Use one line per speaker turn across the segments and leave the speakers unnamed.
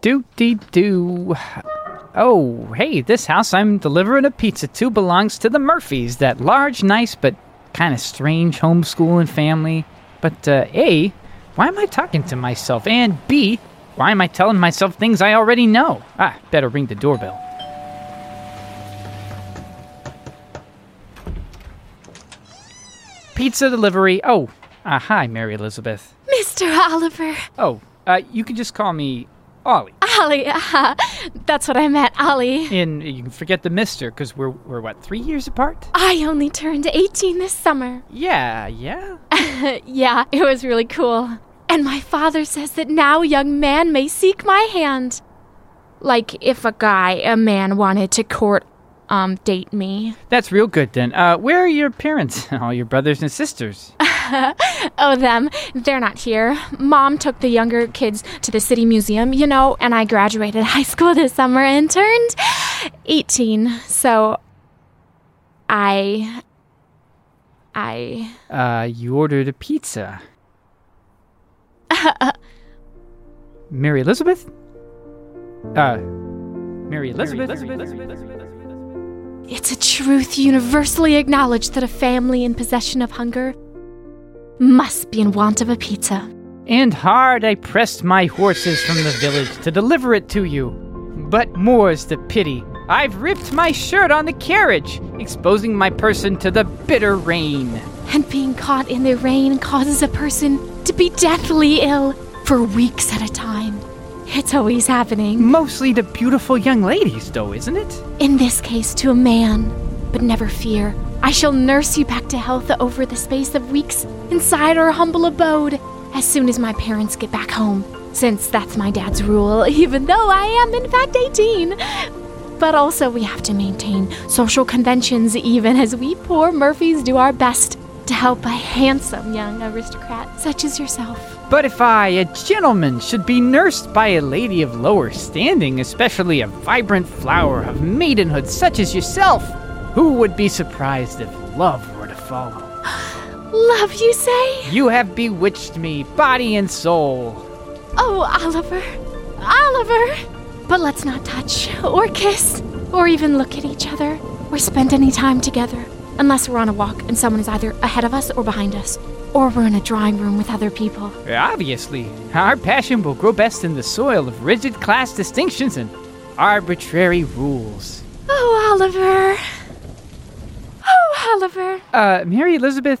Do dee do. Oh, hey, this house I'm delivering a pizza to belongs to the Murphys, that large, nice, but kind of strange homeschooling family. But, uh, A, why am I talking to myself? And B, why am I telling myself things I already know? Ah, better ring the doorbell. Pizza delivery. Oh, uh, hi, Mary Elizabeth.
Mr. Oliver.
Oh, uh, you can just call me Ollie.
Ollie, uh, that's what I meant, Ollie.
And you can forget the mister, because we're, we're, what, three years apart?
I only turned 18 this summer.
Yeah, yeah.
yeah, it was really cool. And my father says that now a young man may seek my hand. Like if a guy, a man, wanted to court, um, date me.
That's real good then. Uh, where are your parents? All your brothers and sisters?
oh, them. They're not here. Mom took the younger kids to the city museum, you know, and I graduated high school this summer and turned 18. So I. I.
Uh, you ordered a pizza. Mary Elizabeth? Uh, Mary Elizabeth?
It's a truth universally acknowledged that a family in possession of hunger must be in want of a pizza.
And hard I pressed my horses from the village to deliver it to you. But more's the pity. I've ripped my shirt on the carriage, exposing my person to the bitter rain.
And being caught in the rain causes a person to be deathly ill for weeks at a time. It's always happening.
Mostly to beautiful young ladies, though, isn't it?
In this case, to a man. But never fear, I shall nurse you back to health over the space of weeks inside our humble abode as soon as my parents get back home, since that's my dad's rule, even though I am in fact 18. But also, we have to maintain social conventions even as we poor Murphys do our best to help a handsome young aristocrat such as yourself.
But if I, a gentleman, should be nursed by a lady of lower standing, especially a vibrant flower of maidenhood such as yourself, who would be surprised if love were to follow?
Love, you say?
You have bewitched me, body and soul.
Oh, Oliver. Oliver! But let's not touch, or kiss, or even look at each other, or spend any time together, unless we're on a walk and someone is either ahead of us or behind us, or we're in a drawing room with other people.
Obviously, our passion will grow best in the soil of rigid class distinctions and arbitrary rules.
Oh, Oliver. Oh, Oliver.
Uh, Mary Elizabeth,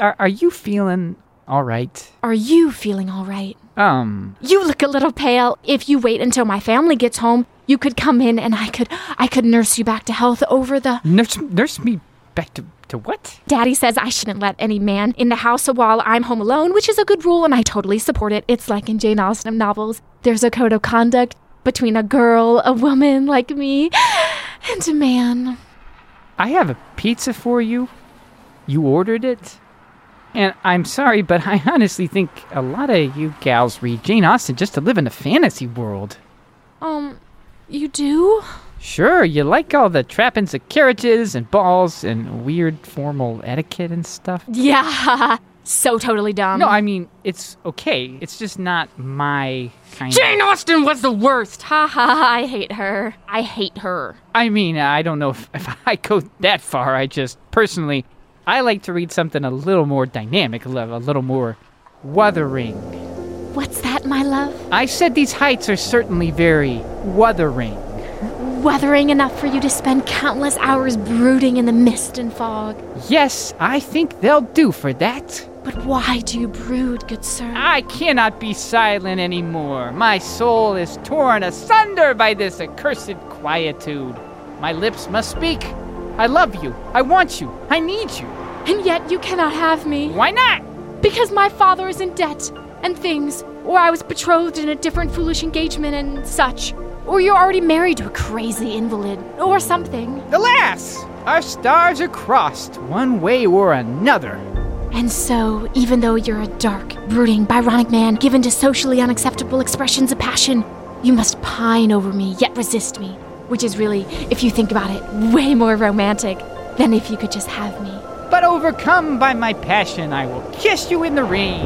are, are you feeling all right?
Are you feeling all right?
Um,
You look a little pale. If you wait until my family gets home, you could come in and I could I could nurse you back to health over the
nurse, nurse me back to, to what?
Daddy says I shouldn't let any man in the house while I'm home alone, which is a good rule and I totally support it. It's like in Jane Austen novels. There's a code of conduct between a girl, a woman like me, and a man.
I have a pizza for you. You ordered it. And I'm sorry, but I honestly think a lot of you gals read Jane Austen just to live in a fantasy world.
Um you do?
Sure, you like all the trappings of carriages and balls and weird formal etiquette and stuff.
Yeah. So totally dumb.
No, I mean, it's okay. It's just not my kind of-
Jane Austen was the worst.
ha ha ha, I hate her. I hate her.
I mean, I don't know if, if I go that far. I just personally, I like to read something a little more dynamic, a little a little more wuthering.
What's that, my love?
I said these heights are certainly very wuthering.
Weathering enough for you to spend countless hours brooding in the mist and fog.
Yes, I think they'll do for that.
But why do you brood, good sir?
I cannot be silent anymore. My soul is torn asunder by this accursed quietude. My lips must speak. I love you. I want you. I need you.
And yet you cannot have me.
Why not?
Because my father is in debt and things, or I was betrothed in a different foolish engagement and such. Or you're already married to a crazy invalid, or something.
Alas! Our stars are crossed one way or another.
And so, even though you're a dark, brooding, Byronic man given to socially unacceptable expressions of passion, you must pine over me, yet resist me. Which is really, if you think about it, way more romantic than if you could just have me.
But overcome by my passion, I will kiss you in the rain.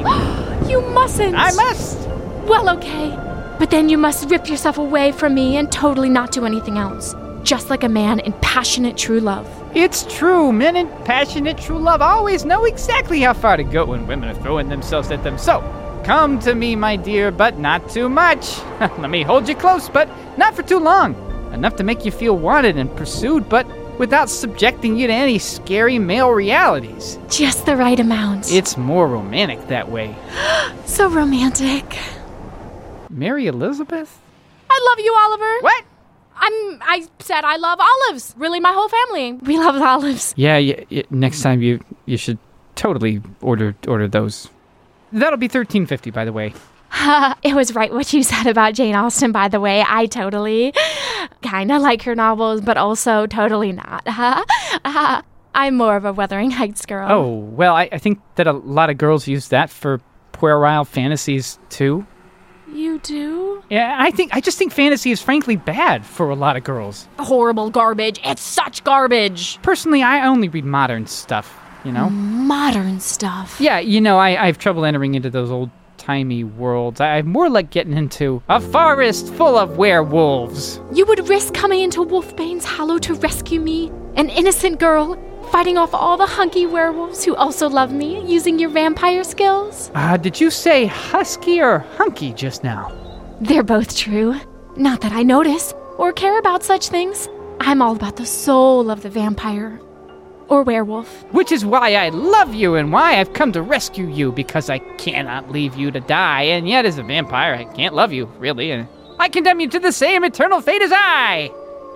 You mustn't!
I must!
Well, okay. But then you must rip yourself away from me and totally not do anything else, just like a man in passionate true love.
It's true. Men in passionate true love always know exactly how far to go when women are throwing themselves at them. So, come to me, my dear, but not too much. Let me hold you close, but not for too long. Enough to make you feel wanted and pursued, but without subjecting you to any scary male realities.
Just the right amount.
It's more romantic that way.
so romantic.
Mary Elizabeth?
I love you, Oliver.
What?
I'm. I said I love olives. Really, my whole family. We love olives.
Yeah, y y next time you you should totally order order those. That'll be 13.50 by the way.
Uh, it was right what you said about Jane Austen, by the way. I totally kind of like her novels, but also totally not. Uh, I'm more of a Wuthering Heights girl.
Oh, well, I, I think that a lot of girls use that for puerile fantasies too.
You do?
Yeah, I think I just think fantasy is frankly bad for a lot of girls.
Horrible garbage. It's such garbage.
Personally, I only read modern stuff, you know.
Modern stuff.
Yeah, you know, I, I have trouble entering into those old timey worlds. I, I more like getting into a forest full of werewolves.
You would risk coming into Wolfbane's Hollow to rescue me, an innocent girl, fighting off all the hunky werewolves who also love me, using your vampire skills?
Uh, did you say husky or hunky just now?
They're both true. Not that I notice or care about such things. I'm all about the soul of the vampire or werewolf.
Which is why I love you and why I've come to rescue you, because I cannot leave you to die, and yet as a vampire, I can't love you, really, and I condemn you to the same eternal fate as I!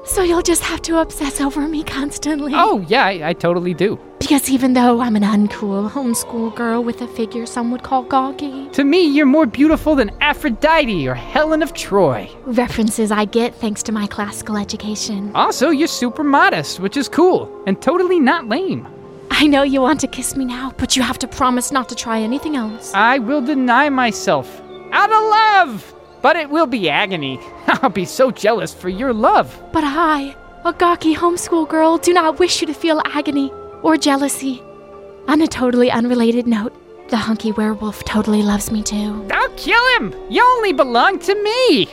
So you'll just have to obsess over me constantly.
Oh, yeah, I, I totally do.
Because even though I'm an uncool homeschool girl with a figure some would call gawky,
To me, you're more beautiful than Aphrodite or Helen of Troy.
references I get thanks to my classical education.
Also, you're super modest, which is cool, and totally not lame.
I know you want to kiss me now, but you have to promise not to try anything else.
I will deny myself out of love, but it will be agony. I'll be so jealous for your love.
But I, a gawky homeschool girl, do not wish you to feel agony or jealousy. On a totally unrelated note, the hunky werewolf totally loves me too.
I'll kill him. You only belong to me.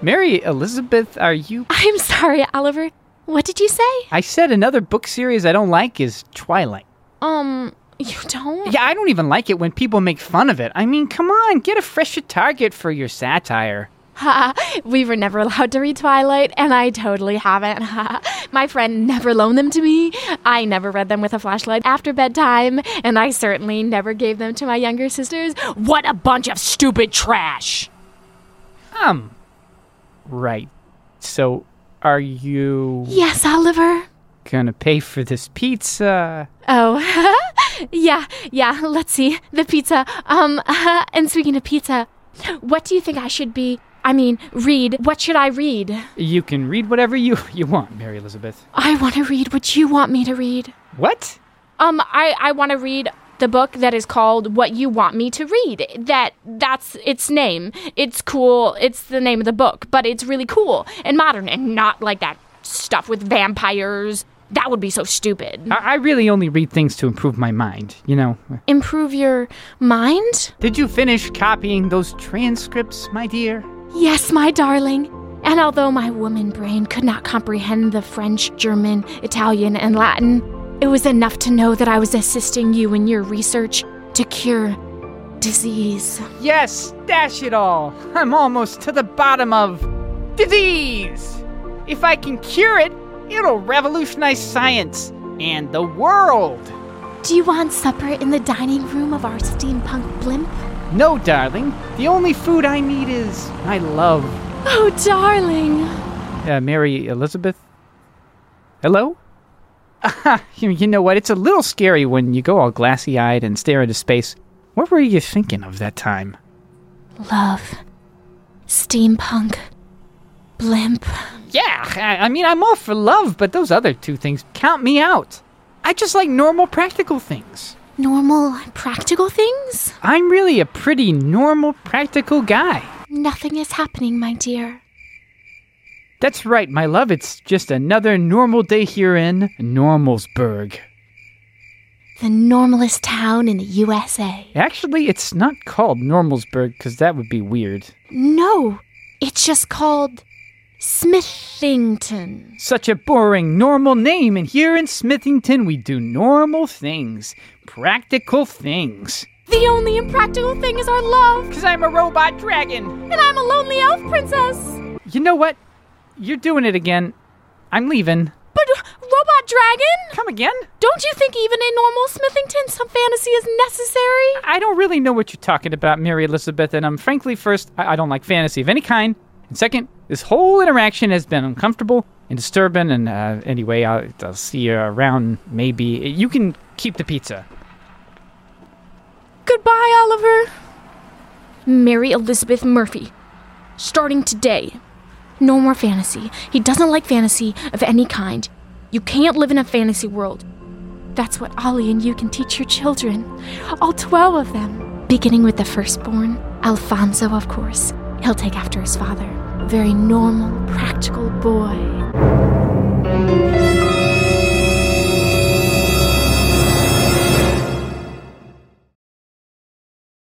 Mary Elizabeth, are you?
I'm sorry, Oliver. What did you say?
I said another book series I don't like is Twilight.
Um, you don't?
Yeah, I don't even like it when people make fun of it. I mean, come on, get a fresher target for your satire.
Ha, we were never allowed to read Twilight, and I totally haven't. Ha. My friend never loaned them to me. I never read them with a flashlight after bedtime, and I certainly never gave them to my younger sisters. What a bunch of stupid trash!
Um, right. So, are you
Yes, Oliver.
gonna pay for this pizza?
Oh, yeah, yeah. Let's see the pizza. Um, and speaking of pizza, what do you think I should be? I mean, read. What should I read?
You can read whatever you you want, Mary Elizabeth.
I want to read what you want me to read.
What?
Um, I I want to read the book that is called What You Want Me to Read. That that's its name. It's cool. It's the name of the book, but it's really cool and modern and not like that stuff with vampires. That would be so stupid.
I, I really only read things to improve my mind. You know.
Improve your mind?
Did you finish copying those transcripts, my dear?
Yes, my darling. And although my woman brain could not comprehend the French, German, Italian, and Latin, it was enough to know that I was assisting you in your research to cure disease.
Yes, dash it all. I'm almost to the bottom of disease. If I can cure it, it'll revolutionize science and the world.
Do you want supper in the dining room of our steampunk blimp?
No, darling. The only food I need is my love.
Oh, darling.
Uh, Mary Elizabeth? Hello? you you know what? It's a little scary when you go all glassy eyed and stare into space. What were you thinking of that time?
Love. Steampunk. Blimp.
Yeah, I, I mean, I'm all for love, but those other two things count me out. I just like normal, practical things.
Normal, practical things?
I'm really a pretty normal, practical guy.
Nothing is happening, my dear.
That's right, my love. It's just another normal day here in Normalsburg.
The normalest town in the USA.
Actually, it's not called Normalsburg because that would be weird.
No, It's just called Smithington.
Such a boring, normal name, and here in Smithington we do normal things, practical things.
The only impractical thing is our love,
Because I'm a robot dragon!
and I'm a lonely elf princess.
You know what? You're doing it again. I'm leaving.
But uh, robot dragon?
Come again?
Don't you think even in normal Smithington some fantasy is necessary?
I don't really know what you're talking about, Mary Elizabeth, and I'm frankly, first, I, I don't like fantasy of any kind, and second, this whole interaction has been uncomfortable and disturbing, and uh, anyway, I'll, I'll see you around, maybe. You can keep the pizza.
Goodbye, Oliver. Mary Elizabeth Murphy. Starting today. No more fantasy. He doesn't like fantasy of any kind. You can't live in a fantasy world. That's what Ollie and you can teach your children. All 12 of them. Beginning with the firstborn, Alfonso, of course. He'll take after his father. Very normal, practical boy.